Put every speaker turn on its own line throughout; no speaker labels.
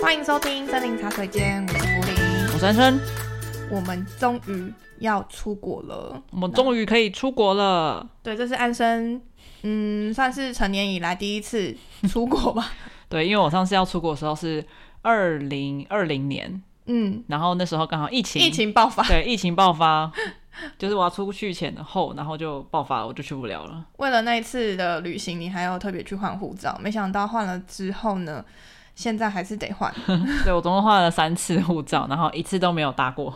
欢迎收听森林茶水间，我是福林。
我是安生，
我们终于要出国了，
我们终于可以出国了。
对，这是安生，嗯，算是成年以来第一次出国吧。
对，因为我上次要出国的时候是二零二零年，
嗯，
然后那时候刚好疫情，
疫情爆发，
对疫情爆发， 就是我要出去前后，然后就爆发了，我就去不了了。
为了那一次的旅行，你还要特别去换护照，没想到换了之后呢，现在还是得换，
对我总共换了三次护照，然后一次都没有搭过。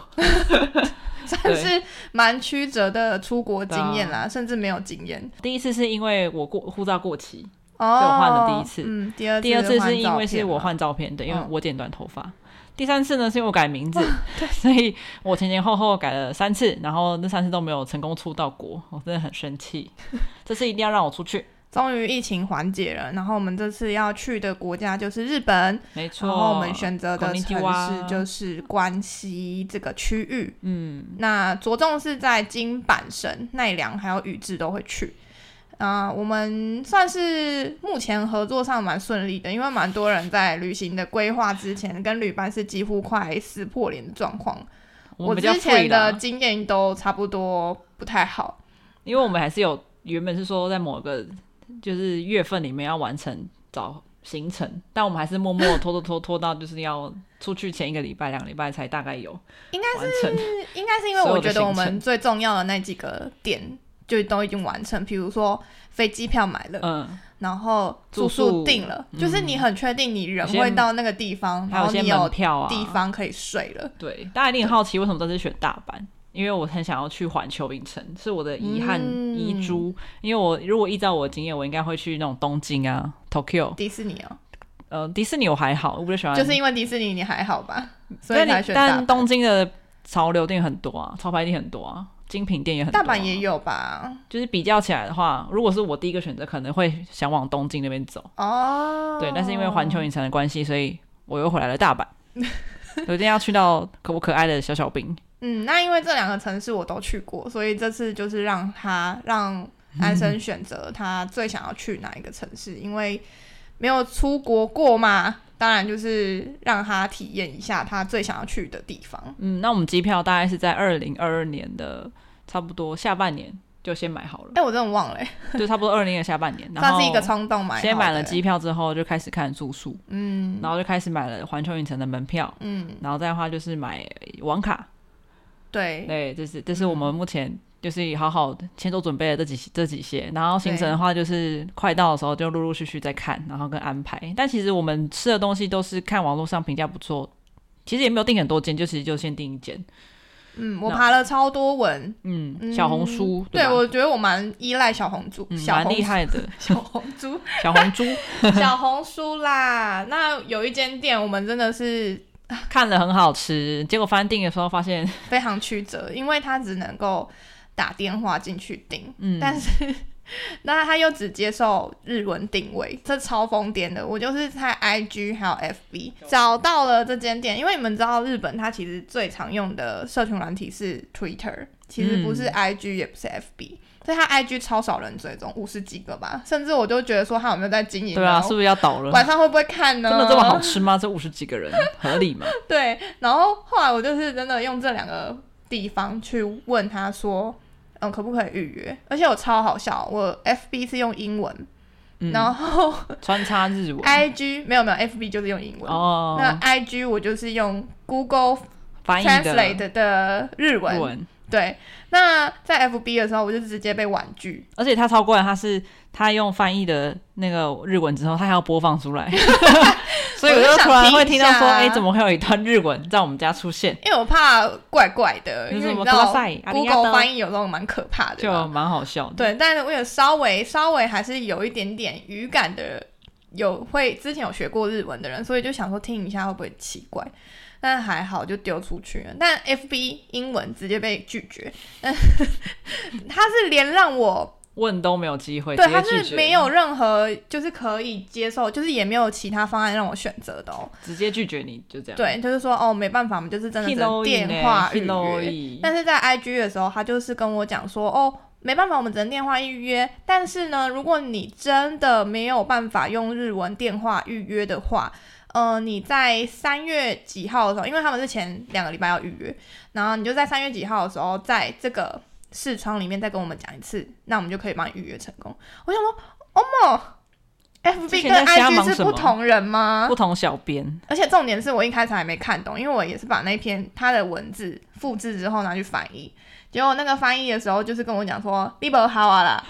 算是蛮曲折的出国经验啦，甚至没有经验。
第一次是因为我过护照过期，
哦，
我换了第一次
嗯，第二
第二次
次
是因
换
为
照片
是我
嘛，
换照片，对，因为
嗯
我剪短头发。第三次呢，是因为我改 名字，所以我前前后后改了三次，然后那三次都没有成功出到国，我真的很 生气。这次一定要让我出去，
终于疫情缓解了，然后我们这次要去的国家就是日本。
没错。
然后哦我们选择的城
Konnichiwa
市就是关西这个区域，
嗯，
那着重是在金板神、奈良还有宇治都会去。啊、我们算是目前合作上蛮顺利的，因为蛮多人在旅行的规划之前跟旅伴是几乎快撕破脸的状况。
我们比较
之前
free
的
啦，
经验都差不多不太好，
因为我们还是有原本是说在某个就是月份里面要完成找行程，但我们还是默默地拖拖拖拖到就是要出去前一个礼拜、两个礼拜才大概有
应
该完成。
应该是因为
所有
我
的
觉得我
行
们
程
最重要的那几个点就都已经完成，比如说飞机票买了，
嗯，
然后住
住
宿
宿
定了，
嗯
就是你很确定你人
有些
会到那个地方，嗯然
还有
后
一些
你
门
有
票啊，哦
地方可以睡了。
对，大家一定很好奇为什么这次选大阪，因为我很想要去环球影城，是我的遗憾
嗯
遗珠。因为我如果依照我的经验，我应该会去那种东京啊、Tokyo，
迪士尼哦，
呃，迪士尼我还好，我比较喜欢，
就是因为迪士尼你还好吧，所以
但
才
你
选大
嗯但
阪。
东京的潮流店很多啊，潮牌店很多啊，精品店也很多、
大阪也，有吧？
就是比较起来的话，如果是我第一个选择，可能会想往东京那边走。
哦，
对，但是因为环球影城的关系，所以我又回来 了大阪。我一定要去到可不可爱的小小兵。
嗯，那因为这两个城市我都去过，所以这次就是让他让安生选择他最想要去哪一个城市，因为没有出国过嘛，当然就是让他体验一下他最想要去的地方。
嗯，那我们机票大概是在二零二二年的差不多下半年就先买好了，
哎、我真的忘了、欸，
就差不多二零年下半年，然
算
后
是一个冲动买好的，
先买了机票之后就开始看住宿，
嗯
然后就开始买了环球影城的门票，
嗯，
然后再的话就是买网卡，
对，
对，这是这是我们目前。就是好好先做准备的这
嗯
几这几些，然后行程的话就是快到的时候就陆陆续续再看，然后跟安排。但其实我们吃的东西都是看网络上评价不错，其实也没有订很多间，就其实就先订一间。
嗯，我
那
爬了超多文，
嗯，小红书、
对
吧
我觉得我蛮依赖小红书，
嗯，
小
蛮
红
厉害的
小红书，
小 红猪，
小红书啦。那有一间店，我们真的是
看了很好吃，结果翻订的时候发现，
非常曲折，因为它只能够打电话进去订，
嗯，
但是那他又只接受日文定位，这超疯癫的。我就是在 IG 还有 FB 找到了这间店，因为你们知道日本它其实最常用的社群软体是 Twitter，其实不
嗯
是 IG 也不是 FB。所以他 IG 超少人追踪，五十几个吧，甚至我就觉得说他有没有在经营？
对
然
啊，
后
是不是要倒了？
晚上会不会看呢？
真的这么好吃吗？这五十几个人合理吗？
对，然后后来我就是真的用这两个地方去问他说，嗯，可不可以预约？而且我超好笑，我 FB 是用英文，
嗯，
然后
穿插日文
IG 没有没有 FB 就是用英文，
哦，
那 IG 我就是用 Google
翻译的
Translate 的日文。
日文，
对，那在 FB 的时候我就直接被婉拒，
而且他超过来，他是他用翻译的那个日文之后，他还要播放 出来，所以
我
我
就
就
想
突然会
听一
听到
下
说，
啊
哎，怎么会有一段日文在我们家出现？
因为我怕怪怪的，
就
因
是
为你
我
知道
くださいありがと
Google
う
翻译有时候蛮可怕的嘛，
就蛮好笑的。
啊对，但是我有稍微稍微还是有一点点语感的，有会之前有学过日文的人，所以就想说听一下会不会奇怪，但还好就丢出去了。但 FB 英文直接被拒绝， 他是连让我
问都没有机会，
对
直接
他
拒
是
绝
没有任何就是可以接受，就是也没有其他方案让我选择的哦。
直接拒绝你，就这样。
对，就是说哦没办法，我们就是真的只能
Hello，
电话预约。
Hello，
但是在 IG 的时候，他就是跟我讲说，哦，没办法，我们只能电话预约。但是呢，如果你真的没有办法用日文电话预约的话，呃，你在三月几号的时候，因为他们是前两个礼拜要预约，然后你就在三月几号的时候，在这个视窗里面再跟我们讲一次，那我们就可以帮你预约成功。我想说，哦莫
之
，FB
前在
跟
瞎忙
IG 是
什么
不同人吗
不？同小编，
而且重点是我一开始还没看懂，因为我也是把那篇他的文字复制之后拿去翻译，结果那个翻译的时候就是跟我讲说 你不好啊啦，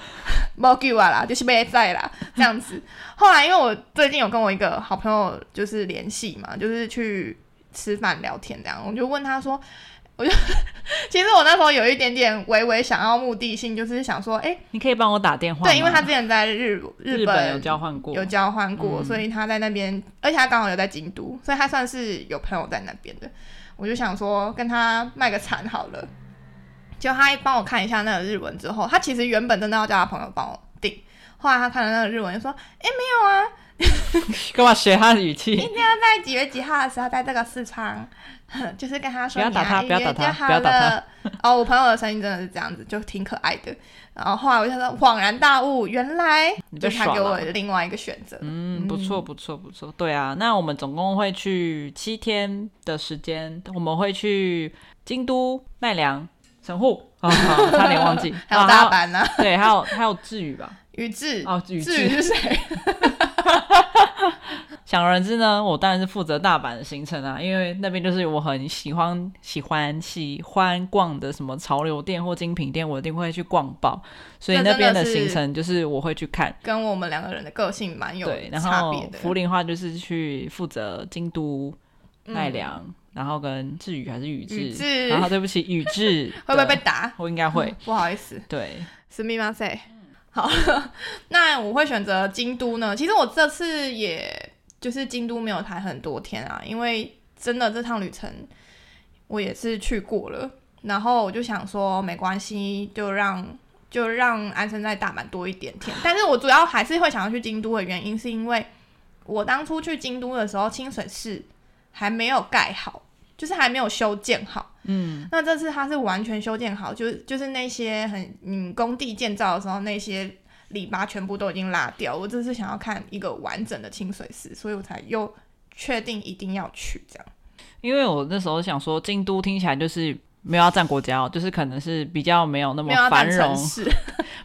没救啊啦，就是被在啦 这样子。后来因为我最近有跟我一个好朋友就是联系嘛，就是去吃饭聊天这样，我就问他说，我就 其实我那时候有一点点微微想要目的性，就是想说，哎、
你可以帮我打电话吗。
对，因为他之前在日
日本有交换过，
有交换过，
嗯
所以他在那边，而且他刚好有在京都，所以他算是有朋友在那边的。我就想说跟他卖个惨好了，就他一帮我看一下那个日文之后，他其实原本真的要叫他朋友帮我订，后来他看了那个日文就说：“哎、没有啊，
干嘛学他的语
哎
气？
在几月几号的时候在这个四川， 就是跟他说
不要打他
你
不
啊
要
预
打
约就
他
好
不要打他
了。 哦，我朋友的声音真的是这样子，就挺可爱的。然后后来我就说恍然大悟，原来
你
就
被
是他
耍
给我
了
另外一个选择。
嗯，不错，不错，不错。对啊，那我们总共会去七天的时间，我们会去京都、奈良、神户啊，差点忘记，
还有
啊
大，阪呢、啊，
对，还有还有治愈吧，
宇治
哦，宇
至于
治。
是谁？
想而知呢，我当然是负责大阪的行程啊，因为那边就是我很喜欢、喜欢、喜欢逛的什么潮流店或精品店，我一定会去逛爆，所以
这
那
真
边
的
的
是
行程就是我会去看。
跟我们两个人的个性蛮有
对，然
差
后
别的。
福林的话就是去负责京都、
嗯
奈良，然后跟智宇还是宇
宇
治，
治
然后对不起宇治
会不会被
的？
打？
我应 该会。
不好意思，
对，
すみません。好， 那我会选择京都呢。其实我这次也就是京都没有排很多天啊，因为真的这趟旅程我也是去过了，然后我就想说没关系，就让就让安生在大阪多一点天。但是我主要还是会想要去京都的原因，是因为我当初去京都的时候，清水寺还没有盖好，就是还没有修建好。嗯，那这次它是完全修建好，就是就是那些很嗯工地建造的时候那些篱笆全部都已经拉掉。我这次想要看一个完整的清水寺，所以我才又确定一定要去这样。
因为我那时候想说，京都听起来就是没有要占国家、哦，就是可能是比较没有那么
没有要
繁
当
荣
城，市，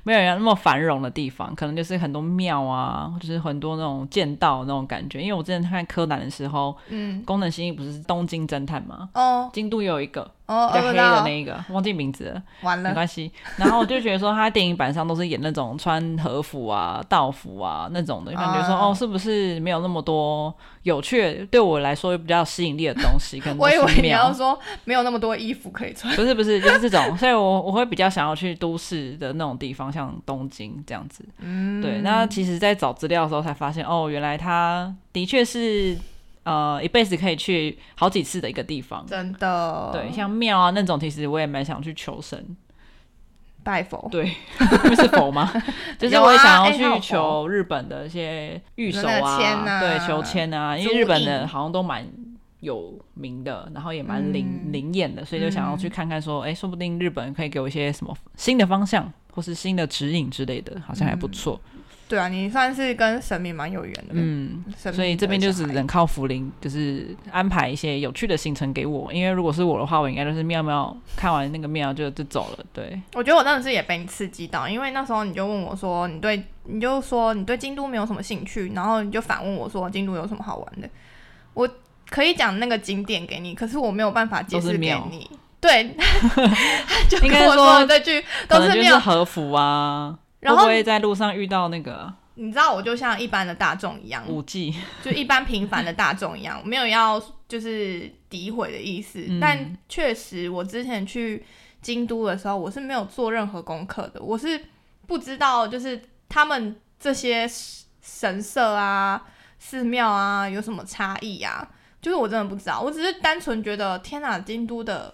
没有那么繁荣的地方，可能就是很多庙啊，就是很多那种剑道那种感觉。因为我之前看柯南的时候，
嗯，
功能新一不是东京侦探吗？
哦
京都也有一个
哦，
比较
饿
黑的
到
那一个，忘记名字了。
完
没
了，
关系。然后我就觉得说，他电影版上都是演那种穿和服啊、道服啊那种的，就感觉说、
啊
哦，是不是没有那么多有趣？对我来说比较有吸引力的东西，可能都
我以为
是
你要
庙。
说没有那么多衣服可以穿。
不是不是，就是这种，所以我我会比较想要去都市的那种地方，像东京这样子。
嗯，
对，那其实，在找资料的时候才发现，哦，原来它的确是呃一辈子可以去好几次的一个地方。
真的
对，像庙啊那种，其实我也蛮想去求神
拜佛，
对， 是佛吗？ 就是
有
我也
啊
想
哎它
要
有
去
佛
求日本的一些御守
那个签啊
对，求签啊，因
朱
为日本
印
的好像都蛮有名的，然后也蛮灵
嗯
灵验的，所以就想要去
嗯
看看说，哎、说不定日本可以给我一些什么新的方向，或是新的指引之类的，好像还不错。
对啊，你算是跟神明蛮有缘的，
嗯，
神明的小孩，
所以这边就只能靠福林，就是安排一些有趣的行程给我，因为如果是我的话，我应该就是妙妙看完那个庙就就走了，对。
我觉得我真的是也被你刺激到，因为那时候你就问我说，你对，你就说你对京都没有什么兴趣，然后你就反问我说，京都有什么好玩的？我可以讲那个景点给你，可是我没有办法解
都
释
是
给
庙
你。对，他就
哦应
跟
该
我
说
说这句
可
都
能
是
就
庙
是，和服啊，
然
会
后
不会在路上遇到那个
你知道我就像一般的大众一样，
舞技？
就一般平凡的大众一样，没有要就是诋毁的意思。
嗯
但确实，我之前去京都的时候，我是没有做任何功课的，我是不知道就是他们这些神社啊、寺庙啊有什么差异啊，就是我真的不知道，我只是单纯觉得天哪，京都的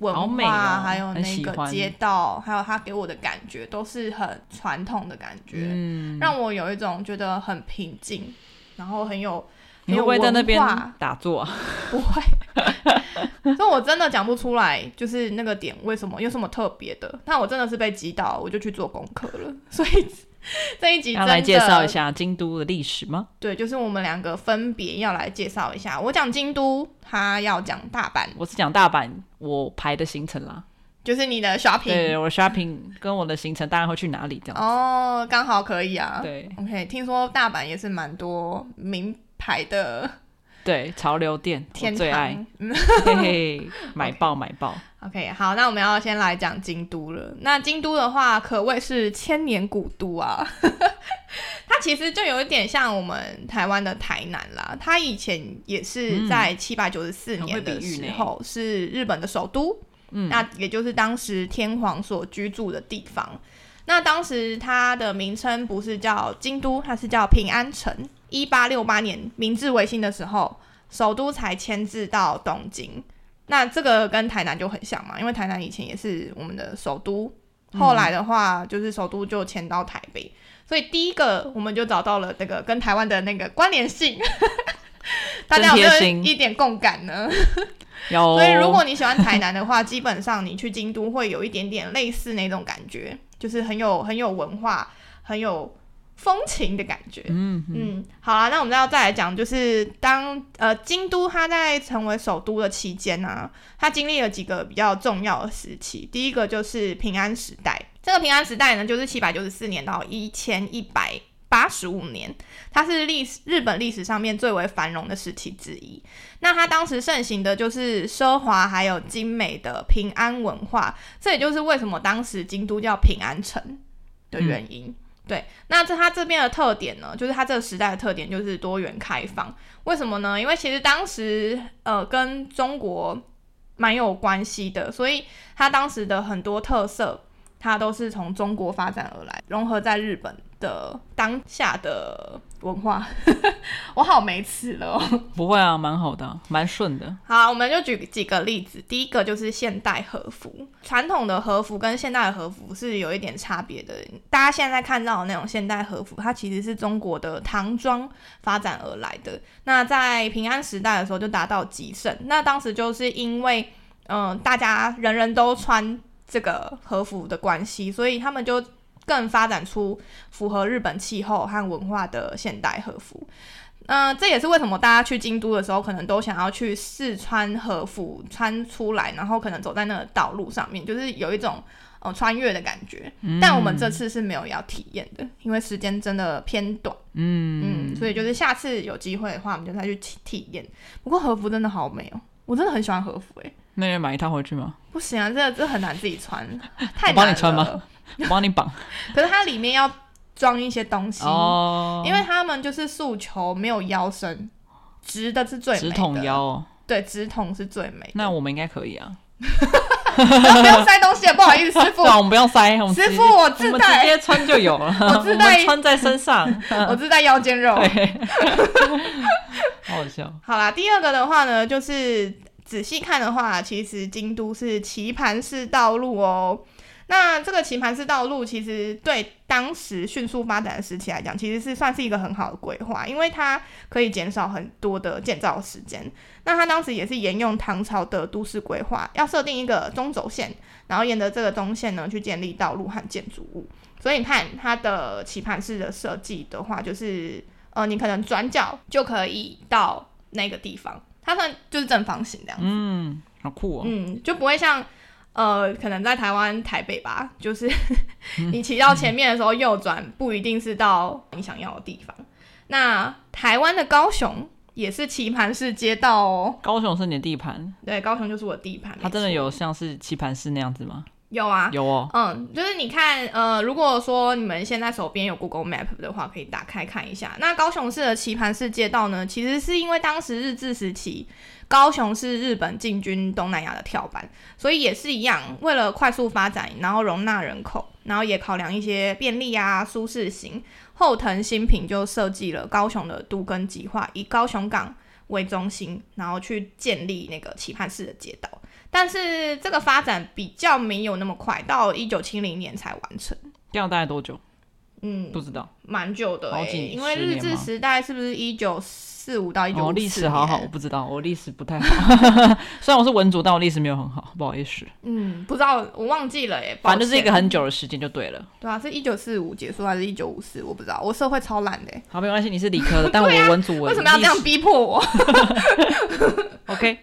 文化、
好美哦
还有
很
那
喜
个
欢
街道，还有它给我的感觉都是很传统的感觉。
嗯，
让我有一种觉得很平静，然后很有
你
很有
会不会在那边
文 化
打坐啊？
不会， 所以我真的讲不出来，就是那个点为什么有什么特别的。那我真的是被击倒，我就去做功课了，所以 这一集
要
真
来
的
介绍一下京都的历史吗？
对，就是我们两个分别要来介绍一下。我讲京都，他要讲大阪，
我是讲大阪我排的行程啦，
就是你的 shopping
对我 shopping 跟我的行程大概会去哪里这样。
哦，刚好可以啊。
对
，OK，听说大阪也是蛮多名牌的
对，潮流店我
天
最爱，
堂。嗯
嘿嘿，买爆买爆。
OK，好，那我们要先来讲京都了。那京都的话，可谓是千年古都啊。 它其实就有一点像我们台湾的台南啦。它以前也是在七百九十四
嗯很会
年的
比喻
时
呢
候、是日本的首都，
嗯
那也就是当时天皇所居住的地方。那当时它的名称不是叫京都，它是叫平安城。一八六八年明治维新的时候，首都才迁至到东京。那这个跟台南就很像嘛，因为台南以前也是我们的首都，
嗯
后来的话就是首都就迁到台北，所以第一个我们就找到了那个跟台湾的那个关联性。 大家有没
真
有
贴心
一点共感呢？
有，
所以如果你喜欢台南的话， 基本上你去京都会有一点点类似那种感觉，就是很有很有文化、很有风情的感觉。
嗯嗯
嗯，好啦，那我们要再来讲，就是当呃京都它在成为首都的期间呢、啊，它经历了几个比较重要的时期。第一个就是平安时代，这个平安时代呢，就是七百九十四年到一千一百八十五年，它是历史日本历史上面最为繁荣的时期之一。那它当时盛行的就是奢华还有精美的平安文化，这也就是为什么当时京都叫平安城的原因。对，那这它这边的特点呢，就是它这个时代的特点就是多元开放。为什么呢？因为其实当时呃跟中国蛮有关系的，所以它当时的很多特色，它都是从中国发展而来，融合在日本的当下的文化。 我好没词了哦、
不会啊，蛮好的，蛮顺的。
好，我们就举几个例子。第一个就是现代和服，传统的和服跟现代的和服是有一点差别的。大家现在看到的那种现代和服，它其实是中国的唐装发展而来的。那在平安时代的时候就达到极盛，那当时就是因为嗯、呃大家人人都穿这个和服的关系，所以他们就更发展出符合日本气候和文化的现代和服。嗯、这也是为什么大家去京都的时候，可能都想要去试穿和服穿出来，然后可能走在那个道路上面，就是有一种呃穿越的感觉。
嗯
但我们这次是没有要体验的，因为时间真的偏短。嗯所以就是下次有机会的话，我们就再去体体验。不过和服真的好美哦，我真的很喜欢和服诶、
那你买一套回去吗？
不行啊，这个这很难自己 穿，太
我帮
难
你穿吗
了。
我帮你 绑
可是它里面要装一些东西，
哦，
因为他们就是诉求没有腰身，直的是最美的。
直筒腰哦。
对，直筒是最美的。
那我们应该可以啊。
我不用塞东西了，不好意思， 师傅
对，啊，我们不用塞，我们
师傅，
直接
我
我
自
们直
带，
接穿就有了，
我自带
们穿在身上，
我自带腰间肉。
好好笑。
好啦，第二个的话呢，就是仔细看的话，其实京都是棋盘式道路哦。那这个棋盘式道路其实对当时迅速发展的时期来讲，其实是算是一个很好的规划，因为它可以减少很多的建造时间。那它当时也是沿用唐朝的都市规划，要设定一个中轴线，然后沿着这个中线呢去建立道路和建筑物。所以你看它的棋盘式的设计的话，就是呃，你可能转角就可以到那个地方，它算就是正方形这样。
嗯，好酷哦。
嗯，就不会像呃，可能在台湾台北吧，就是
嗯
你骑到前面的时候右转，不一定是到你想要的地方。那台湾的高雄也是棋盘式街道哦，
高雄是你的地盘，
对，高雄就是我的地盘。
它真的
没错
有像是棋盘式那样子吗？
有啊，
有哦，
嗯，就是你看，呃，如果说你们现在手边有 Google Map 的话，可以打开看一下。那高雄市的棋盘式街道呢，其实是因为当时日治时期，高雄是日本进军东南亚的跳板，所以也是一样，为了快速发展，然后容纳人口，然后也考量一些便利啊、舒适型，后藤新平就设计了高雄的都更计划，以高雄港为中心，然后去建立那个棋盘式的街道。但是这个发展比较没有那么快，到一九七零年才完成。
这样大概多久？
嗯，
不知道
蛮久的、
好
欸，
几
因为
十
日
年
治
吗
时代是不是一九四五哎到一九
哦，
五
历史
四
好好，我
年？
不知道，我历史不太好。 虽然我是文组，但我历史没有很好，不好意思。
嗯，不知道，我忘记了耶、欸抱
反正就是一
歉
个很久的时间就对了。
对啊，是一九四五结束还是一九五四？我不知道，我社会超烂的欸、
好，没关系，你是 理科的，但我文组文
为什么要这样
历史
逼迫我？
？OK，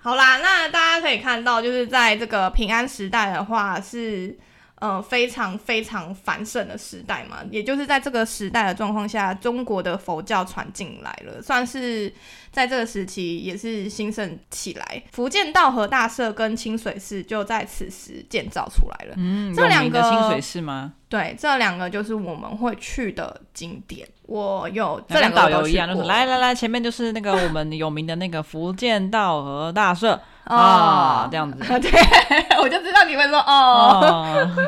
好啦，那大家可以看到，就是在这个平安时代的话是。呃，非常非常繁盛的时代嘛，也就是在这个时代的状况下，中国的佛教传进来了，算是在这个时期也是兴盛起来。福建道和大社跟清水寺就在此时建造出来了。
嗯，
这两
有名的
个
清水寺吗？
对，这两个就是我们会去的景点。我有这
那
两个
跟导
我
游
都
一
去
样，就是
过
来来来，前面就是那个我们有名的那个福建道和大社
哦
啊，这 样子。
啊，对，我就知道你会说哦。
哦，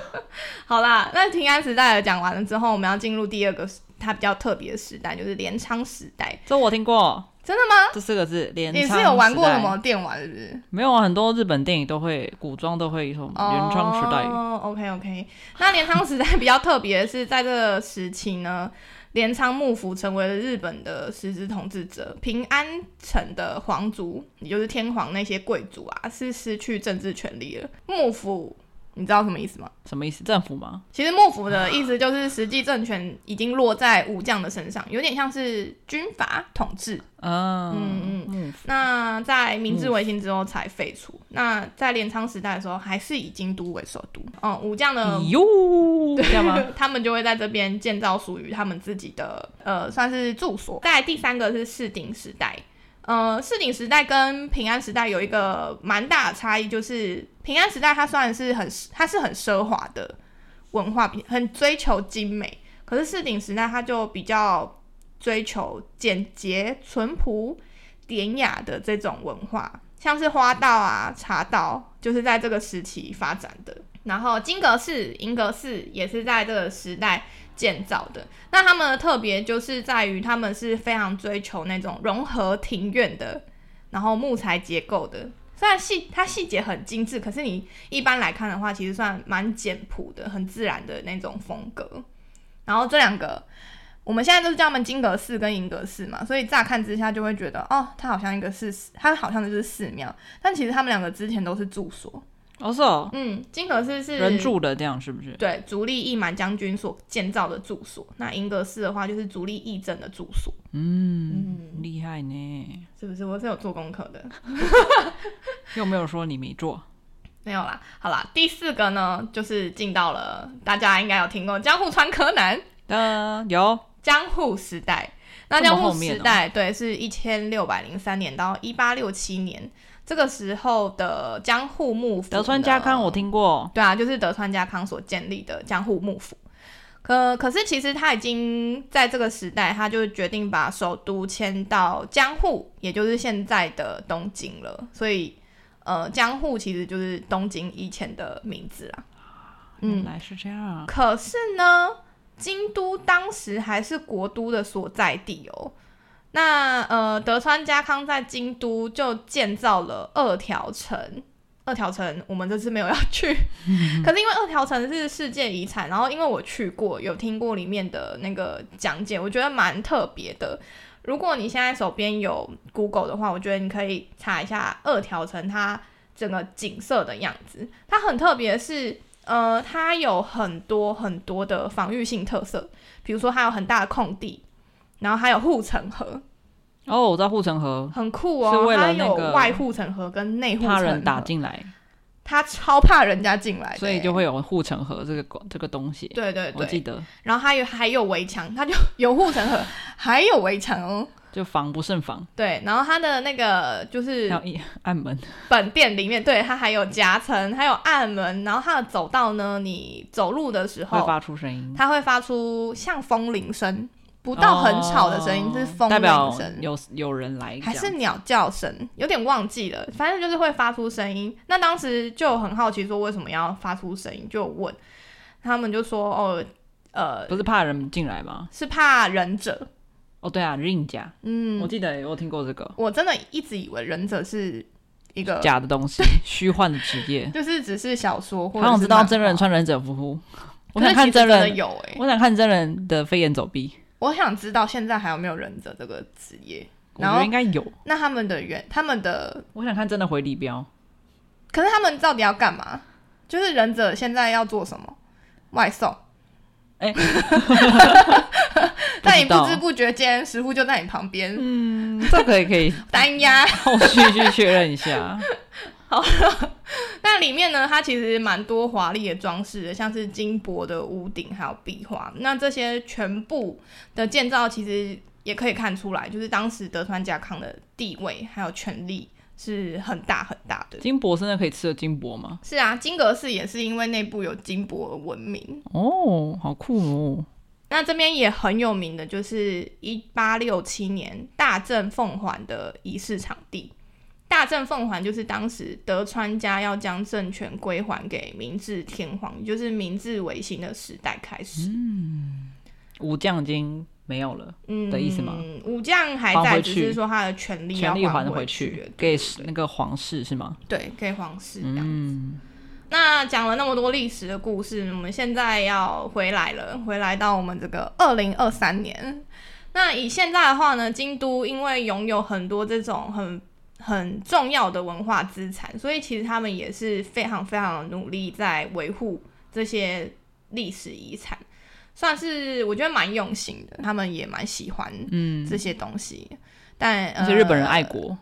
好啦，那平安时代的讲完了之后，我们要进入第二个时它比较特别的时代，就是镰仓时代。
这我听过，
真的吗？
这四个字。镰
你
仓
是有玩
时
过什
代
么？电玩是不是？
没有啊，很多日本电影都会古装都会有什么镰仓时代。
哦，OK OK。那镰仓时代比较特别的是，在这个时期呢，镰仓幕府成为了日本的实质统治者，平安城的皇族，也就是天皇那些贵族啊，是失去政治权利了。幕府，你知道什么意思吗？
什么意思？政府吗？
其实幕府的意思就是实际政权已经落在武将的身上，有点像是军阀统治。嗯
嗯嗯，
那在明治维新之后才废除。那在镰仓时代的时候，还是以京都为首都。嗯，武将的
哟，哎这样吗？
他们就会在这边建造属于他们自己的呃，算是住所。在第三个是市井时代，呃，市井时代跟平安时代有一个蛮大的差异，就是平安时代它虽然是很它是很奢华的文化，比很追求精美，可是市井时代它就比较追求简洁、淳朴、典雅的这种文化。像是花道啊、茶道，就是在这个时期发展的。然后金阁寺、银阁寺也是在这个时代建造的。那他们的特别就是在于他们是非常追求那种融合庭院的，然后木材结构的。虽然细它细节很精致，可是你一般来看的话，其实算蛮简朴的、很自然的那种风格。然后这两个，我们现在都是叫他们金阁寺跟银阁寺嘛，所以乍看之下就会觉得，哦，它好像一个是寺，它好像就是寺庙，但其实他们两个之前都是住所。
哦是哦，
嗯，金阁寺是
人住的这样是不是？
对，足利义满将军所建造的住所。那银阁寺的话，就是足利义政的住所，
嗯，厉害呢。
是不是？我是有做功课的，
又没有说你没做，
没有啦。好啦，第四个呢，就是进到了大家应该有听过江户川柯南
嗯，有
江户时代。那
这么
江户
后面
时
哦
代、对，是一千六百零三年到一八六七年，这个时候的江户幕府
德川家康，
呢
我听过。
对啊，就是德川家康所建立的江户幕府。可可是其实他已经在这个时代，他就决定把首都迁到江户，也就是现在的东京了。所以，呃，江户其实就是东京以前的名字啦。
原
嗯，
来是这样。
可是呢，京都当时还是国都的所在地哦。那呃，德川家康在京都就建造了二条城。二条城我们这次没有要去，可是因为二条城是世界遗产，然后因为我去过，有听过里面的那个讲解，我觉得蛮特别的。如果你现在手边有 Google 的话，我觉得你可以查一下二条城它整个景色的样子。它很特别的是，呃，它有很多很多的防御性特色，比如说它有很大的空地，然后还有护城河，
哦，我知道护城河，
很酷哦。
是为了
它有
那个
外护城河跟哎内护城河，
怕人打进来，
它超怕人家进来的欸，
所以就会有护城河这个这个东西。
对对
我记
对。
得
然后还有还有围墙，它就有护城河，还有围墙哦。
就防不胜防，
对，然后它的那个就
还
是
有一暗门。
本店里面，对它还有夹层，还有暗门，然后它的走道呢，你走路的时
会
候
发出声音，
它会发出像风铃声，不到很吵的声音，
哦
是风
代表
铃声，
有有人来，
还
这
是
样
鸟叫声，有点忘记了，反正就是会发出声音。那当时就很好奇说为什么要发出声音，就问他们就说哦，呃，
不是怕人进来吗？
是怕忍者，
哦，对啊，印甲，
嗯，
我记得我听过这个
我真的一直以为忍者是一个。
假的东西，虚幻的职业。
就是只是小说，或
好
者
想
是
知道
漫
真人
画
穿忍者服，我
可
想
是
看
其实真
真
的
人，
有哎、
我想看真人的飞檐走壁，
我想知道现在还有没有忍者这个职业？
我
然
觉
后
得应该有。
那他们的原他们的，
我想看真的回力镖，
可是他们到底要干嘛？就是忍者现在要做什么？外送。
哎
但你
不知
不
道
知不觉间，食户就在你旁边、
嗯， 这可以可以
单压。
后续去确认一下。
那里面呢，它其实蛮多华丽的装饰的，像是金箔的屋顶还有壁画。那这些全部的建造，其实也可以看出来，就是当时德川家康的地位还有权力是很大很大的。
金箔真的可以吃的金箔吗？
是啊，金阁寺也是因为内部有金箔而闻名。
哦，好酷哦！
那这边也很有名的，就是一八六七年大正奉还的仪式场地。大正奉还就是当时德川家要将政权归还给明治天皇，也就是明治维新的时代开始。
嗯武将已经没有了，
嗯
的意思吗？
武将还
还
在，
回
只
去
是说他的权力要
权力还
回
回
去
去，给那个皇室是吗？
对，给皇室这样子
嗯，
那讲了那么多历史的故事，我们现在要回来了，回来到我们这个二零二三年。那以现在的话呢，京都因为拥有很多这种很很重要的文化资产，所以其实他们也是非常非常努力在维护这些历史遗产，算是我觉得蛮用心的，他们也蛮喜欢
嗯
这些东西。但
而且嗯日本人爱
呃，
国，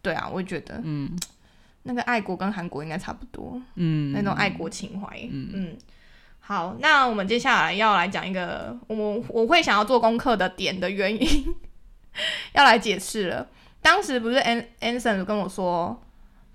对啊，我觉得
嗯
那个爱国跟韩国应该差不多。
嗯，
那种爱国情怀。嗯好，那我们接下来要来讲一个我我会想要做功课的点的原因， 要来解释了。当时不是 An Anson 跟我说，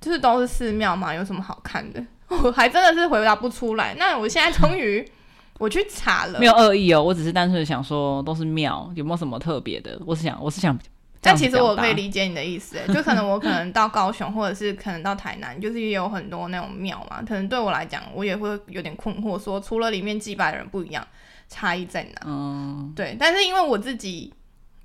就是都是寺庙嘛，有什么好看的？ 我还真的是回答不出来。那我现在终于 我去查了
没，有恶意哦，我只是单纯地想说都是庙，有没有什么特别的？我是想，我是想，
但其实我可
被
以理解你的意思，欸就可能我可能到高雄，或者是可能到台南，就是也有很多那种庙嘛。可能对我来讲，我也会有点困惑，说除了里面祭拜的人不一样，差异在哪？
嗯，
对，但是因为我自己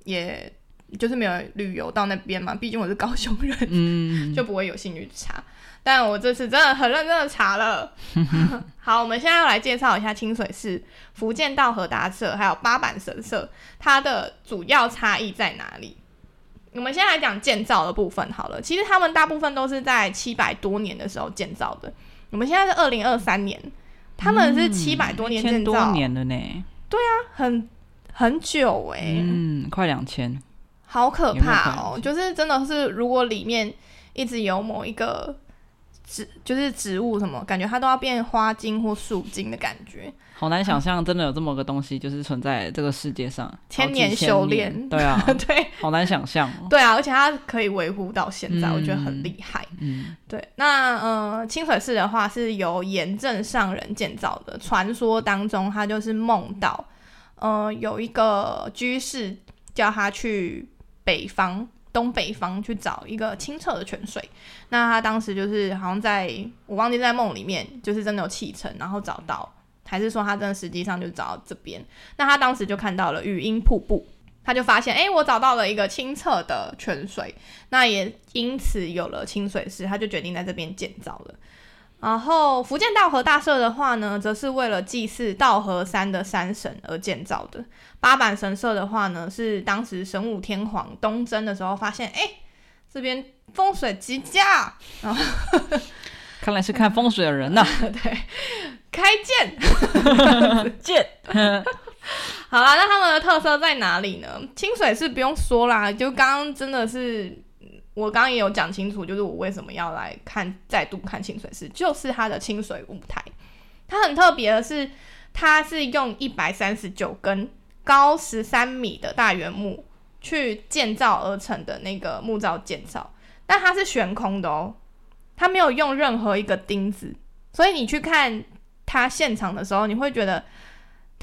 也就是没有旅游到那边嘛，毕竟我是高雄人，
嗯，
就不会有兴趣查。但我这次真的很认真的查了。 好，我们现在要来介绍一下清水寺、福建道和达社还有八坂神社，它的主要差异在哪里？我们先来讲建造的部分好了。其实他们大部分都是在七百多年的时候建造的。我们现在是二零二三年，他们是七百多年
嗯千
建造，
多年了呢，
很很久哎、
嗯，快两千，
好可怕哦！
有没有可能
就是真的是，如果里面一直有某一个植，就是植物什么，感觉它都要变花茎或树茎的感觉。
好难想象，真的有这么个东西，就是存在这个世界上，
千
年
年修炼
对啊，
对
好难想象哦，
对啊，而且它可以维护到现在，
嗯
我觉得很厉害。
嗯，
对，那呃，清水寺的话是由岩正上人建造的，传说当中他就是梦到，呃，有一个居士叫他去北方。东北方去找一个清澈的泉水，那他当时就是好像在我忘记在梦里面，就是真的有启程，然后找到，还是说他真的实际上就找到这边？那他当时就看到了语音瀑布，他就发现，诶，我找到了一个清澈的泉水，那也因此有了清水寺，他就决定在这边建造了。然后福建道和大社的话呢，则是为了祭祀道和山的山神而建造的。八坂神社的话呢，是当时神武天皇东征的时候发现，哎，这边风水极佳，
看来是看风水的人呐，
开建。
见，
好啦，那他们的特色在哪里呢？清水是不用说啦，就刚刚真的是我刚刚也有讲清楚，就是我为什么要来看再度看清水寺，就是它的清水舞台，它很特别的是，它是用一百三十九根高十三米的大原木去建造而成的那个木造建造，但它是悬空的哦，它没有用任何一个钉子，所以你去看它现场的时候，你会觉得。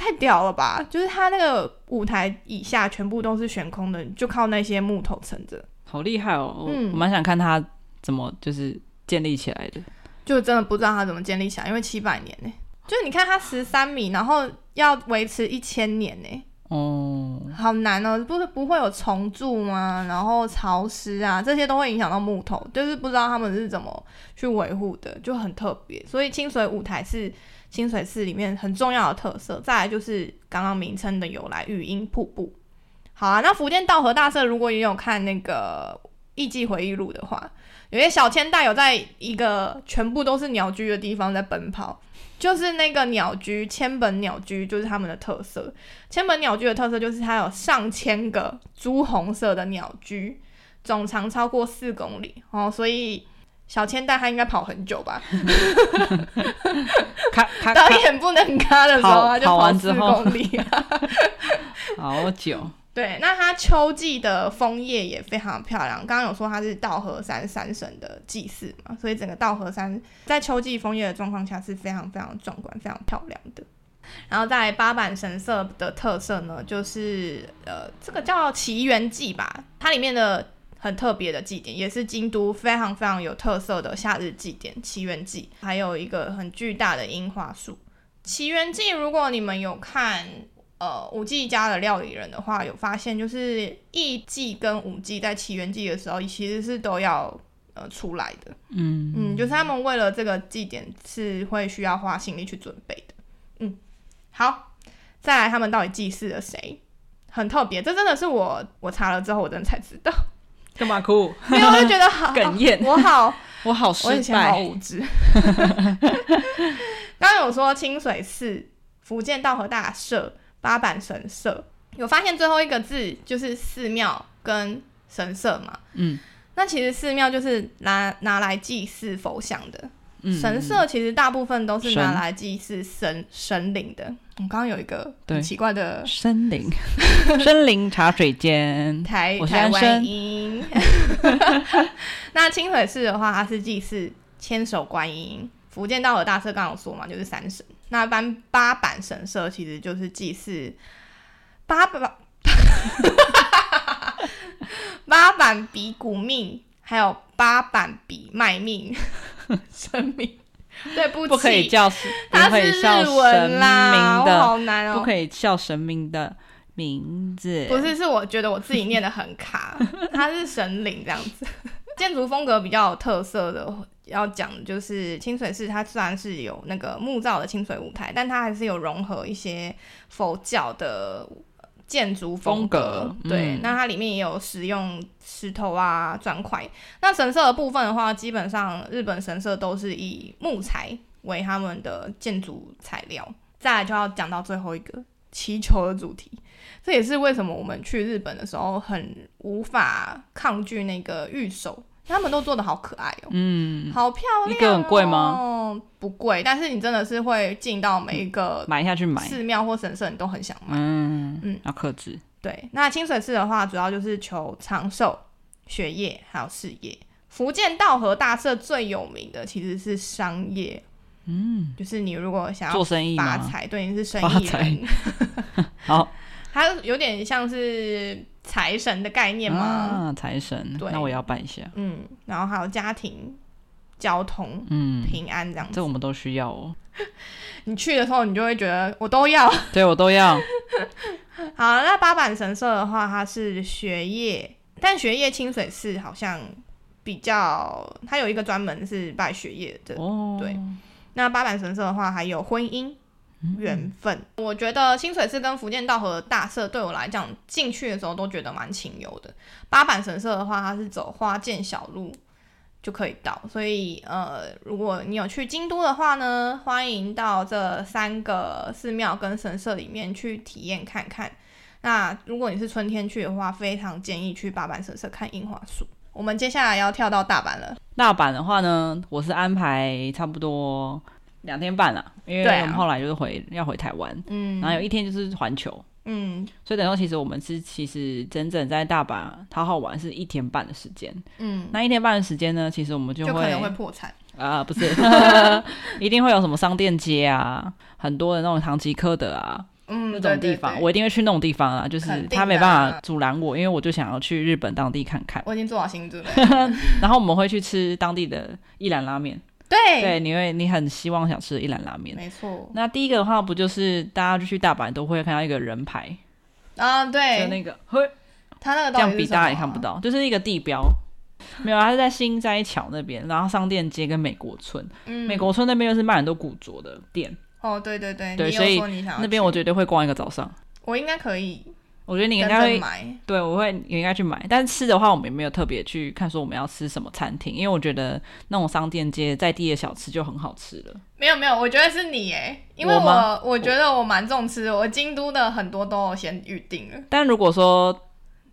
太屌了吧！就是它那个舞台以下全部都是悬空的，就靠那些木头撑着。
好厉害哦，我
嗯
我蛮想看他怎么就是建立起来的，
就真的不知道它怎么建立起来，因为七百年呢、就是你看它十三米，然后要维持一千年呢、
哦，
好难哦、不是不会有虫蛀吗？然后潮湿啊，这些都会影响到木头，就是不知道他们是怎么去维护的，就很特别。所以清水舞台是清水寺里面很重要的特色。再来就是刚刚名称的由来，雨音瀑布。好啊，那福建道和大社如果也有看那个《艺伎回忆录》的话，有些小千代有在一个全部都是鸟居的地方在奔跑，就是那个鸟居千本鸟居就是他们的特色。千本鸟居的特色就是它有上千个朱红色的鸟居，总长超过四公里哦，所以小千代他应该跑很久 吧？
卡卡
导
卡
演不能嘎的时候，
跑
他就
跑完
四
之后
公里、啊。
好久，
对，那它秋季的枫叶也非常漂亮。刚刚有说它是稻荷山山神的祭祀嘛，所以整个稻荷山在秋季枫叶的状况下是非常非常壮观、非常漂亮的。然后在八坂神社的特色呢，就是呃，这个叫奇缘祭吧，它里面的很特别的祭典，也是京都非常非常有特色的夏日祭典——奇缘祭，还有一个很巨大的樱花树。奇缘祭，如果你们有看呃五 G 家的料理人的话，有发现就是艺伎跟五 G 在起源季的时候，其实是都要呃出来的。
嗯
嗯，就是他们为了这个祭典是会需要花心力去准备的。嗯，好，再来他们到底祭祀了谁？很特别，这真的是我我查了之后，我真的才知道，
干嘛哭？
因为我就觉得 好
哽咽
我好
我好
啊我以
失
前好
败，
无知。 刚刚有说清水寺、福建道和大社、八坂神社，有发现最后一个字就是寺庙跟神社嘛？
嗯
那其实寺庙就是拿拿来祭祀佛像的，
嗯，
神社其实大部分都是拿
神
来祭祀神神灵的。我刚刚有一个很
对
奇怪的
森 林，森林茶水间，
台
我是
台
安
湾
生
音。 那清水寺的话，它是祭祀千手观音。福建道和大社刚刚有说嘛，就是三神。那般八坂神社其实就是祭祀八坂 八坂比古命，还有八坂比卖 命神明。对不起，
不可以叫，
它
不可
是
以叫
日
神
文啦，
明
我
的，
好难哦、
不可以叫神明的名字，
哦不是，是我觉得我自己念的很卡，它是神灵这样子。建筑风格比较有特色的，要讲的就是清水寺，它虽然是有那个木造的清水舞台，但它还是有融合一些佛教的建筑风
风格
对，
嗯
那它里面也有使用石头啊、砖块。那神社的部分的话，基本上日本神社都是以木材为他们的建筑材料。再来就要讲到最后一个祈求的主题，这也是为什么我们去日本的时候很无法抗拒那个玉手，他们都做的好可爱哦、
嗯，
好漂亮、哦。
一个很贵
吗？不贵，但是你真的是会进到每一个
买下去买，
寺庙或神社，你都很想买。
嗯
嗯
嗯，要克制，
对，那清水寺的话，主要就是求长寿、学业还有事业。福建道和大社最有名的其实是商业，嗯，就是你如果想要
做生意
发
吗？
财，对，你是生
发
意人，
好
它有点像是财神的概念嘛，
啊，财神，
对
那我也要办一下，
嗯，然后还有家庭、交通、
嗯，
平安这样子
这。我们都需要哦，
你去的时候，你就会觉得我都要。 好，
对我都要，
那八坂神社的话，它是学业，但学业清水寺好像比较，它有一个专门是拜学业的。
哦，
对，那八坂神社的话，还有婚姻。
嗯
缘分，我觉得清水寺跟福建道和大社对我来讲，进去的时候都觉得蛮清幽的。八坂神社的话，它是走花见小路就可以到，所以呃，如果你有去京都的话呢，欢迎到这三个寺庙跟神社里面去体验看看。那如果你是春天去的话，非常建议去八坂神社看樱花树。我们接下来要跳到大阪了，
大阪的话呢，我是安排差不多两天半啦，因为
对啊
我们后来就是回要回台湾，
嗯
然后有一天就是环球，
嗯
所以等于说其实我们是其实整整在大阪好好玩是一天半的时间。
嗯，
那一天半的时间呢，其实我们就
就
会
可能会破产。
啊、 不是， 一定会有什么商店街啊，很多的那种唐吉诃德啊。
嗯，
那
对
种地
对
方，
对
我一定会去那种地方啊，就是
肯定的啊
他没办法阻拦我，因为我就想要去日本当地看看。
我已经做好心理准备。
然后我们会去吃当地的一兰拉面，
对，
对，你会你很希望想吃一兰拉面。
没错
那第一个的话，不就是大家就去大阪都会看到一个人牌，
啊，
就
对，
那个，嘿，
他那个
这
到
样
底
比
是什
大
么
家
啊
也看不到，就是一个地标。没有啊，它是在新斋桥那边，然后商店街跟美国村，
嗯
美国村那边又是卖很多古着的店，
哦，对对对，
对
你
所
有
以
说你想要
那边
去
我绝对会逛一个早上。
我应该可以
我觉得你应
跟
该
着
会，
买，
对我会，你应该去买。但是吃的话，我们也没有特别去看说我们要吃什么餐厅，因为我觉得那种商店街在地的小吃就很好吃了。
没有没有，我觉得是你哎，因为
我
我
吗
我觉得我蛮重吃的，我京都的很多都有先预定了。
但如果说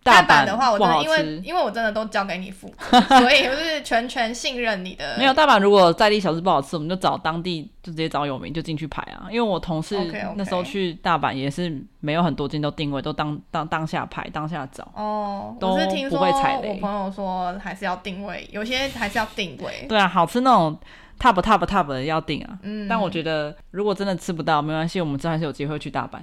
大
阪
的话，我
不
真
好
的
吃，
因为因为我真的都交给你 负责，所以我是全权信任你的。
没有，大阪如果在地小吃不好吃，我们就找当地就直接找有名就进去排啊。因为我同事
OK，OK
那时候去大阪也是没有很多间都定位，都当当当下排当下找。
哦，
都
我是听说
不
我
会踩雷
朋友说还是要定位，有些还是要定位。
对啊，好吃那种 top top top 的要定啊。
嗯，
但我觉得如果真的吃不到，没关系，我们这还是有机会去大阪。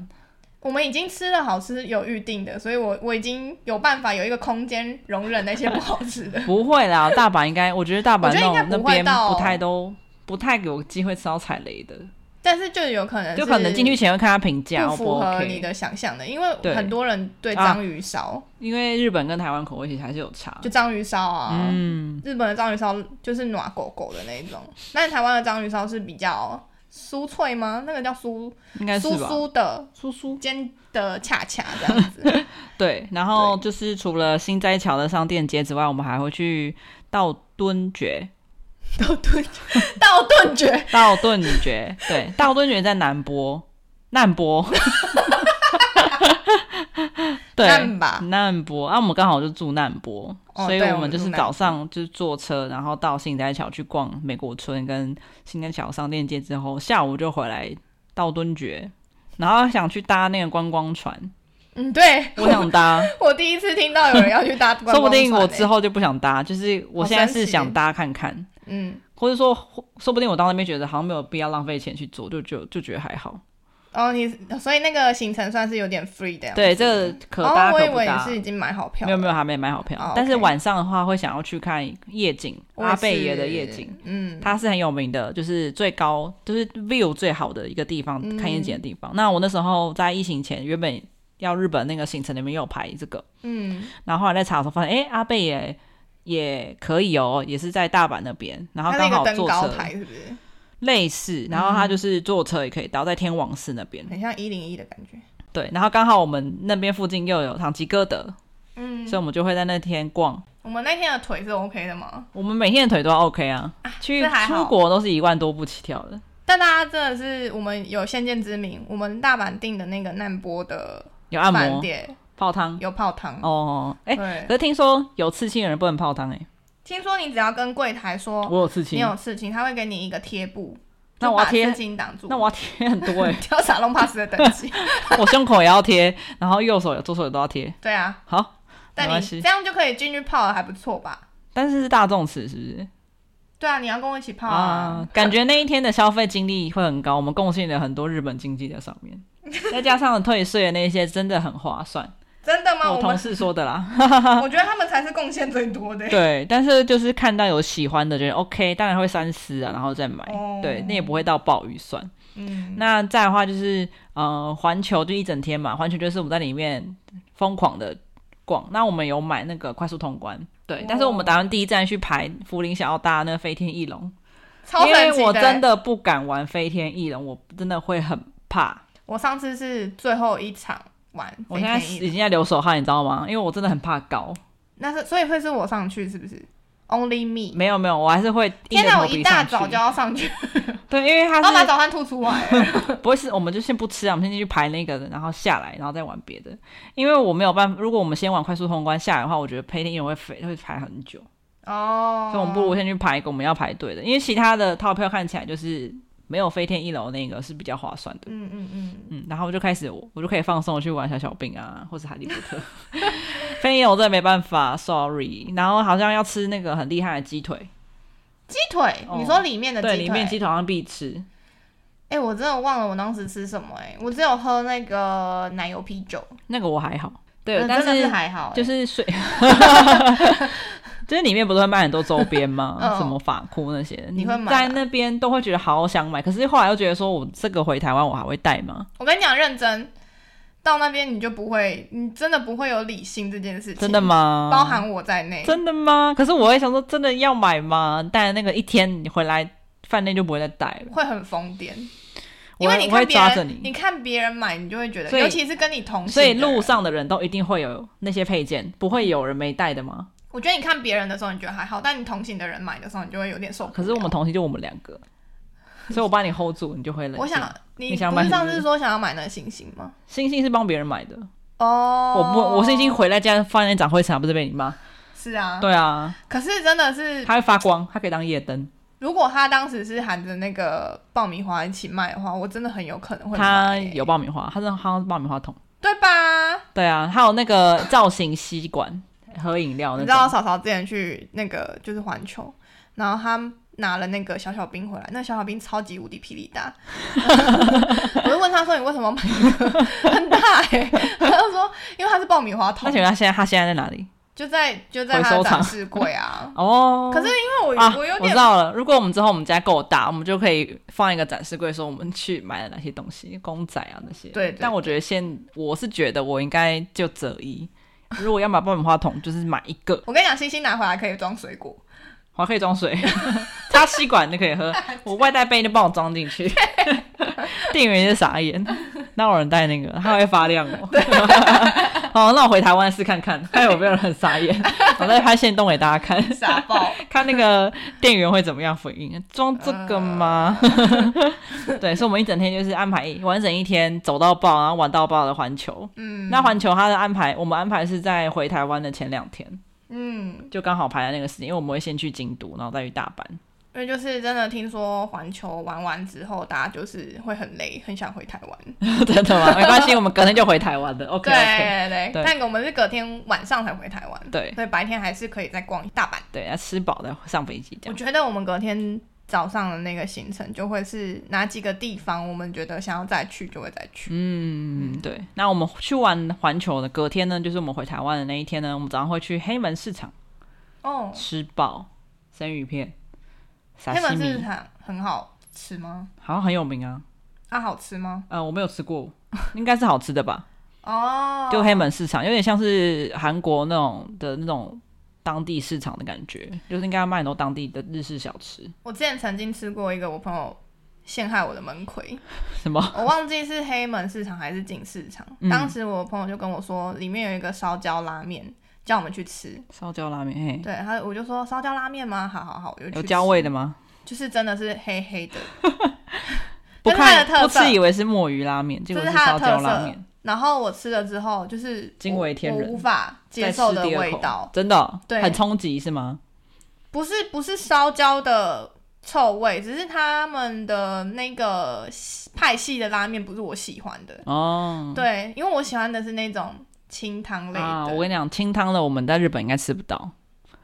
我们已经吃了好吃有预定的，所以我我已经有办法有一个空间容忍那些不好吃 的。
不会啦，大阪应该，我觉得大阪
我觉
那
得应
种
该
那
不会
边
到
不太都不太有机会吃到踩雷的，
但是就有可能
就可能
呃是
进去前会看他评价
不
O 不
符合你
OK，
的想象的，因为
对
很多人对
啊
章鱼烧、
因为日本跟台湾口味其实还是有差
就。章鱼烧啊，
嗯，
日本的章鱼烧就是暖狗狗的那一种，但是台湾的章鱼烧是比较酥脆吗？那个叫酥
应该是
酥
吧。
酥的
酥酥
煎的恰恰这样子。
对，然后就是除了新斋桥的商店街之外，我们还会去道敦爵、
道顿道顿觉，
道顿爵，对，道顿爵在南波， 难波，对，
难吧？
难波，啊，我们刚好就住难波，
哦
所以
对
我
我
们
们
就
住
是
难
早上就是坐车，然后到新斋桥去逛美国村跟新斋桥商店街之后，下午就回来道敦爵，然后想去搭那个观光船，
嗯，对
我想搭。
我第一次听到有人要去搭观光
说不定
船
我
欸
之后就不想搭，就是我
好
现在
神
是
奇
想搭看看，
嗯
或者说说不定我到那边觉得好像没有必要浪费钱去做，就就就觉得还好。
哦你所以那个行程算是有点 free 的样子。
对，这个可
哦
搭
我
可
以
不
为你
搭。
是已经买好票，
没有没有，，还没买好票。
哦
但是
OK
晚上的话，会想要去看夜景，
我也
阿贝爷的
是
夜景，，
嗯，
它是很有名的，就是最高，就是 view 最好的一个地方，看夜
嗯
景的地方。那我那时候在疫情前，原本要日本那个行程里面有排这个，
嗯，
然后后来在查的时候发现，哎、阿贝也也可以哦，也是在大阪那边，然后
它是一
刚
个
好
登
坐
高
车
台是不是？
类似，然后他就是坐车也可以到在天王寺那边，
很像一零一的感觉。
对，然后刚好我们那边附近又有唐吉诃德，
嗯，
所以我们就会在那天逛。
我们那天的腿是 OK 的吗？
我们每天的腿都要 OK 啊，去
这还好
出国都是一万多步起跳的，
但大家真的是我们有先见之明，我们大阪订的那个难波的
有按
饭
摩、
店
泡汤。
有泡汤。
哦，哎、
对，
可是听说有刺青的人不能泡汤哎、
听说你只要跟柜台说
我有刺
哦你
青，
有事情，他会给你一个贴布，
那
就
我要
把
贴
事情挡住。
那我要贴很多哎、
跳沙龙 pass 的等级，
我胸口也要贴，然后右手、左手也都要贴。
对啊，
好，没
但
关
你
系
这样就可以进去泡啊了，还不错吧？
但是是大众吃是不是？
对啊，你要跟我一起泡啊。
感觉那一天的消费经历会很高，我们贡献了很多日本经济在上 面，再加上退税的那些，真的很划算。
真的吗？
我
我
同
们
事说的啦，
我觉得他们才是贡献最多的。
对，但是就是看到有喜欢的，觉得 OK，当然会三思啊，然后再买，
哦
对，那也不会到爆预算。
嗯，
那再的话就是，呃，环球就一整天嘛，环球就是我们在里面疯狂的逛。那我们有买那个快速通关，对，但是我
哦
们打算第一站去排福林想要搭那个飞天翼龙，
超
因
神
为
奇
我真
的。欸
的不敢玩飞天翼龙，我真的会很怕。
我上次是最后一场玩
我
飞
现在
天翼
已经在流手汗，你知道吗？因为我真的很怕高。
那是所以会是我上去是不是？Only me。
没有没有，我还是会硬
天
着
哪，
头
我
皮
一
上
大
去。
早就要哦上去，
对，因为
然后把
它
早餐吐出来。
是不会是，我们就先不吃啊，我们先进去排那个的，然后下来，然后再玩别的。因为我没有办法，如果我们先玩快速通关下来的话，我觉得陪天翼龙会飞会排很久。
哦，
所以我们不如先去排一个我们要排队的，因为其他的套票看起来就是没有飞天一楼那个是比较划算的。
嗯嗯嗯，
嗯，然后我就开始我我就可以放松地去玩小小兵啊，或是哈利波特。 飞天一楼我真的没办法，sorry。然后好像要吃那个很厉害的鸡腿，
鸡腿，
哦
你说里面的鸡
对，
腿，
里面鸡腿好像必吃。
哎、我真的忘了我当时吃什么哎、我只有喝那个奶油啤酒，
那个我还好，对，
嗯
但
真的
是
还好、哎
就 是水，就是里面不是会卖很多周边吗？
嗯
什么法裤那些，
你会买
在
啊
那边都会觉得好想买，可是后来又觉得说我这个回台湾我还会带吗？
我跟你讲，认真到那边你就不会，你真的不会有理性这件事情，
真的？吗？
包含我在内，
真的吗？可是我会想说，真的要买吗？但那个一天你回来饭店就不会再带了。
会很疯癫，因为你
我会
看别
抓着
人，
你。
看别人买，你就会觉得，
所以
尤其是跟你同
所以
姓的人
路，上的人都一定会有那些配件，不会有人没带的吗？
我觉得你看别人的时候，你觉得还好，但你同行的人买的时候，你就会有点受不了。
可是我们同行就我们两个，所以我把你 hold 住，你就会冷静。
我想你
你想
不
买
是上
是不
次
是
说想要买那个星星吗？
星星是帮别人买的，
哦，
我不，我是已经回来家放在展会场，不是被你骂？
是啊，
对啊，
可是真的是，
它会发光，它可以当夜灯，
如果他当时是含着那个爆米花一起卖的话，我真的很有可能会买
它
欸
有爆米花，它是好像是爆米花桶。
对吧？
对啊，还有那个造型吸管喝饮料
你
那
知道
种，
嫂嫂之前去那个就是环球，然后她拿了那个小小兵回来，那小小兵超级无敌霹雳大， 我就问她说你为什么买一个很大哎、欸？她就说因为它是爆米花
那
桶
请，问他现在他现在在哪里？
就在就在
回
她
收
的
厂
展示柜 啊。
哦，
可是因为我、
啊，
我有
知
点
道了。如果我们之后我们家够大，我们就可以放一个展示柜，说我们去买了哪些东西，公仔啊那些。
对对
但我觉得现我是觉得我应该就择一。如果要买爆米花桶，就是买一个，
我跟你讲，星星拿回来可以装水果，
还可以装 水，插吸管就可以喝。我外带杯就帮我装进 去。店员就傻眼，那有人带那个，它会发亮哦。 好，那我回台湾试看看，看有没有人很 傻眼。我再拍线动给大家看。
傻爆。
看那个店员会怎么样回应，装这个
啊
吗？ 对，所以我们一整天就是安排完整一天，走到爆，然后玩到爆的环球。
嗯
那环球它的安排，我们安排是在回台湾的前两天，
嗯，
就刚好排在那个时间，因为我们会先去京都，然后再去大阪。
因为就是真的听说环球玩完之后，大家就是会很累，很想回台湾。
真的吗？没关系，我们隔天就回 台湾的。OK
对
OK。
对对，
对
但我们是隔天晚上才回台湾，
对
所以白天还是可以再逛大阪。
对，要吃饱再上飞机这
我
样。
觉得我们隔天早上的那个行程就会是哪几个地方，我们觉得想要再去就会再去。
嗯，对。那我们去完环球的隔天呢，就是我们回台湾的那一天呢，我们早上会去黑门市场
哦，
吃饱生鱼片、沙
黑
西
门市
米，
场很好吃吗？
好像很有名啊。
啊，好吃吗？
呃，我没有吃 过，应该是好吃的吧？
哦，
就黑门市场，有点像是韩国那种的那种当地市场的感觉，就是应该要卖很多当地的日式小吃。
我之前曾经吃过一个我朋友陷害我的门 葵，
什么？
我忘记是黑门市场还是锦市场。
嗯
当时我朋友就跟我说，里面有一个烧焦拉面，叫我们去吃。
烧焦拉面？嘿，
对，他我就说烧焦拉面吗？好好好，我就去
嗯有
吃
焦味的吗？
就是真的是黑黑 的，
不
但是它
看
的特
不
色
吃以为是墨鱼拉面，结
这
果
是它
烧
的
焦
特
拉
色
面，。
然后我吃了之后，就是
惊
我
为天人
我无法接
再吃
受的
第二
味
口
道，
真的哦
对
很冲击是吗？
不是不是烧焦的臭味，只是他们的那个派系的拉面不是我喜欢的，
哦。
对，因为我喜欢的是那种清汤类的，
啊，我跟你讲，清汤的我们在日本应该吃不到，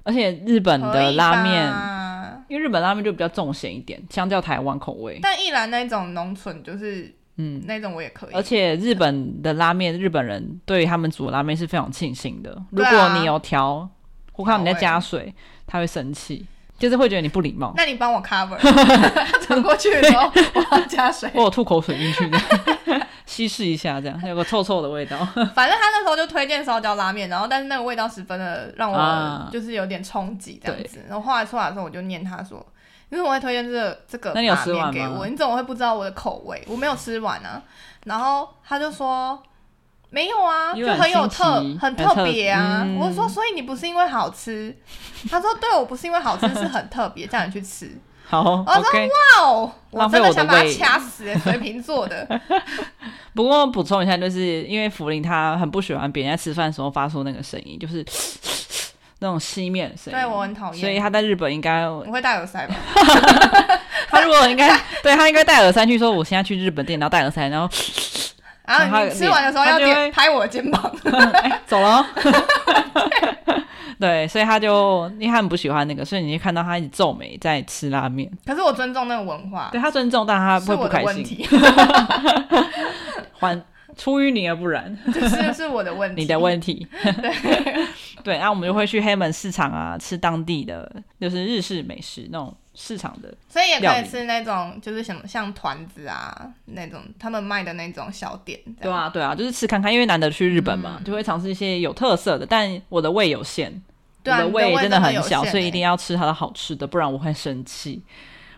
而且日本的拉面，
面，
因为日本拉面就比较重咸一点，相较台湾口味。
但一兰那种浓醇就是
嗯，
那种我也可以，
而且日本的拉面，日本人对于他们煮的拉面是非常庆幸的。如
对啊
果你有调，我看到你在
调味
加水，他会生气，就是会觉得你不礼貌。
那你帮我 cover，他 转过去的时候我要加水，
我有吐口水进去， 稀释一下，这样有个臭臭的味道。
反正他那时候就推荐烧焦拉面，然后但是那个味道十分的让
啊
我就是有点冲击这样子。然后后来出来的时候，我就念他说：“你怎么会推荐这个这个
那你有
拉
吃
面
完
给
吗
我？你怎么会不知道我的口味？我没有吃完啊。”然后他就说。没有啊，
因
就
为
很有
很新
特
奇
很
很
特
特
别啊！
嗯
我就说，所以你不是因为好吃？他说，对，我不是因为好吃，是很特别，叫你去吃。
好
说
，OK。
哇哦，我
浪费
真的
我的
想把他
胃
掐死、欸，水瓶座 的。
不过补充一下，就是因为福林他很不喜欢别人在吃饭的时候发出那个声音，就是 那种吸面的声音。
对我很讨厌
所以他在日本应该，
你会戴耳塞吧？
他如果应该， 对他应该戴耳塞去说，我现在去日本店，然后戴耳塞，然后
然啊后你吃完的时候要
他就会
点拍我的肩膀，
哎，走了哦。 对，所以他就因为他很不喜欢那个，所以你就看到他一直皱眉在吃拉面。
可是我尊重那个文化，
对他尊重，但他
啊是
会不
我的
开
问
心。
题，
还出淤泥而不 染，
就是是我的问题。
你的问题。 对，然后我们就会去黑门市场啊，吃当地的就是日式美食那种市场的。
所以也
料
可
理
以吃那种就是什么像团子啊那种他们卖的那种小点，这
对
样，
啊，对啊，就是吃看看，因为难得去日本
嗯
嘛，就会尝试一些有特色的。但我的胃有限，
对啊，
我
你
胃
胃
真
的
很
有
小，
限
所以
欸
一定要吃它的好吃的，不然我会生气。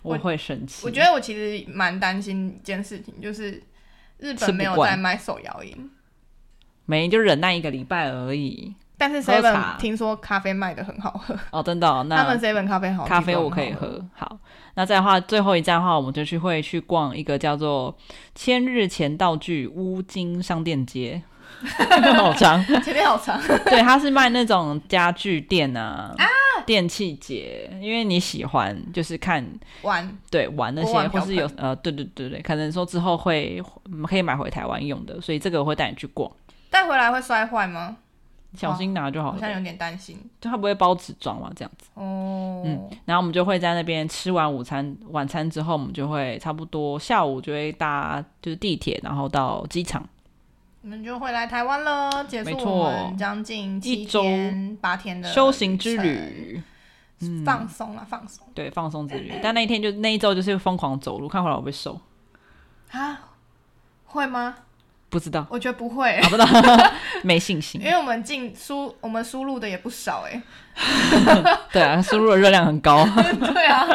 我会生气。
我觉得我其实蛮担心一件事情，就是日
吃
本
不
没有
惯
在卖手摇饮，
没就忍耐一个礼拜 而已。
但是
喝茶
Seven 听说咖啡卖的很好喝，
哦，真的哦、
他们
那
Seven 咖啡好，
咖啡我可以。喝。好，那再的话，最后一站的话，我们就去会去逛一个叫做千日前道具乌金商店 街，好长。
前面好长，
对，它是卖那种家具店啊、电器节，因为你喜欢就是看
玩
对玩那
锅
些，
碗
或
瓢
是有呃，对对对对，可能说之后会嗯可以买回台湾用的，所以这个我会带你去逛，
带回来会摔坏吗？
小心拿就好
好
了。
像有点担心
就它不会包纸装嘛，这样子。
哦。
然后我们就会在那边吃完午餐，晚餐之后，我们就会差不多下午就会搭就是地铁，然后到机场。
你们就会来台湾了，结束
没错
我们将近七
一周
天八天的
修行之
旅
旅，嗯
程，放松了，放松
对，放松之旅。但那一天就那一周就是疯狂走路，看回来我会瘦，
啊？会吗？
不 知道，
我觉得不会，
啊，不知道，没信心
因。为我们进输我们输入的也不少哎。
对啊，输入的热量很高。
对啊，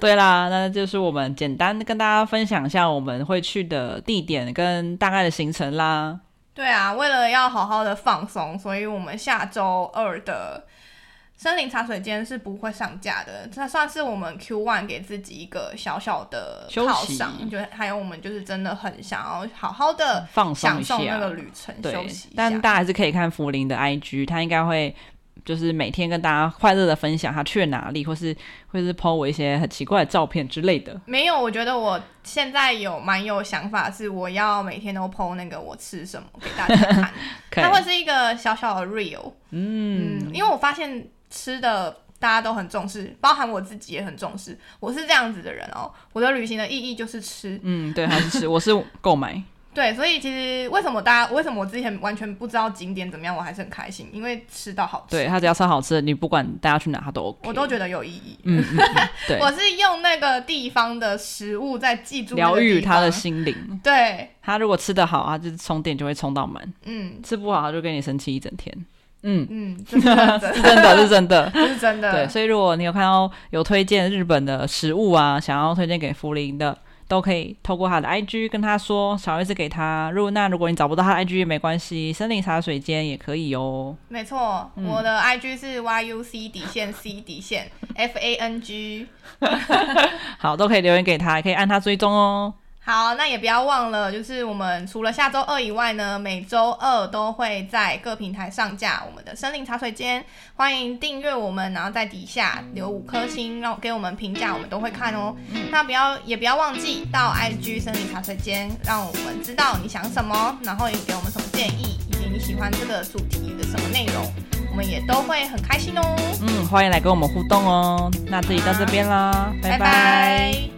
对啦，那就是我们简单跟大家分享一下我们会去的地点跟大概的行程啦。
对啊，为了要好好的放松，所以我们下周二的森林茶水间是不会上架的。这算是我们 Q one 给自己一个小小的
休
犒
息嗯
赏，就是还有我们就是真的很想要好好的
放松
享
一
受那个
下，
旅程，
对
休息一，
但
下。
大家还是可以看福林的 IG，他应该会就是每天跟大家快乐的分享他去了哪里，或是或是 PO 我一些很奇怪的照片之类的。
没有，我觉得我现在有蛮有想法，是我要每天都 PO 那个我吃什么给大家看，
可以
它，会是一个小小的 real。
嗯，
嗯，因为我发现吃的大家都很重视，包含我自己也很重视。我是这样子的人哦，我的旅行的意义就是吃。
嗯，对，还是吃，我是购 买，
对，所以其实为什么大家为什么我之前完全不知道景点怎么样，我还是很开心，因为吃到好吃，
对他只要吃好吃的，你不管大家去哪，他都 OK。
我都觉得有意义。
嗯，嗯嗯对，
我是用那个地方的食物在记住那个
疗愈
地
他的
方。
心灵。
对，
他如果吃得好，他就是充电就会充到满。
嗯
吃不好他就跟你生气一整天。嗯，
嗯， 这是真
是
的，
真的，是真的。
这是真
对，
的。
所以如果你有看到有推荐日本的食物啊，想要推荐给福林的，都可以透过他的 IG 跟他说，小叶子给他。如果那如果你找不到他的 IG 也没关系，森林茶水间也可以哦。
没错，我的 IG 是 YUC 底线 C 底线 FANG。
好，都可以留言给他，也可以按他追踪哦。
好，那也不要忘了，就是我们除了下周二以外呢，每周二都会在各平台上架我们的森林茶水间，欢迎订阅我们，然后在底下留五颗星，让给我们评价，我们都会看哦。
嗯
那不要也不要忘记到 IG 森林茶水间，让我们知道你想什么，然后也给我们什么建议，以及你喜欢这个主题的什么内容，我们也都会很开心哦。
嗯，欢迎来跟我们互动哦。那这里到这边啦，拜
拜拜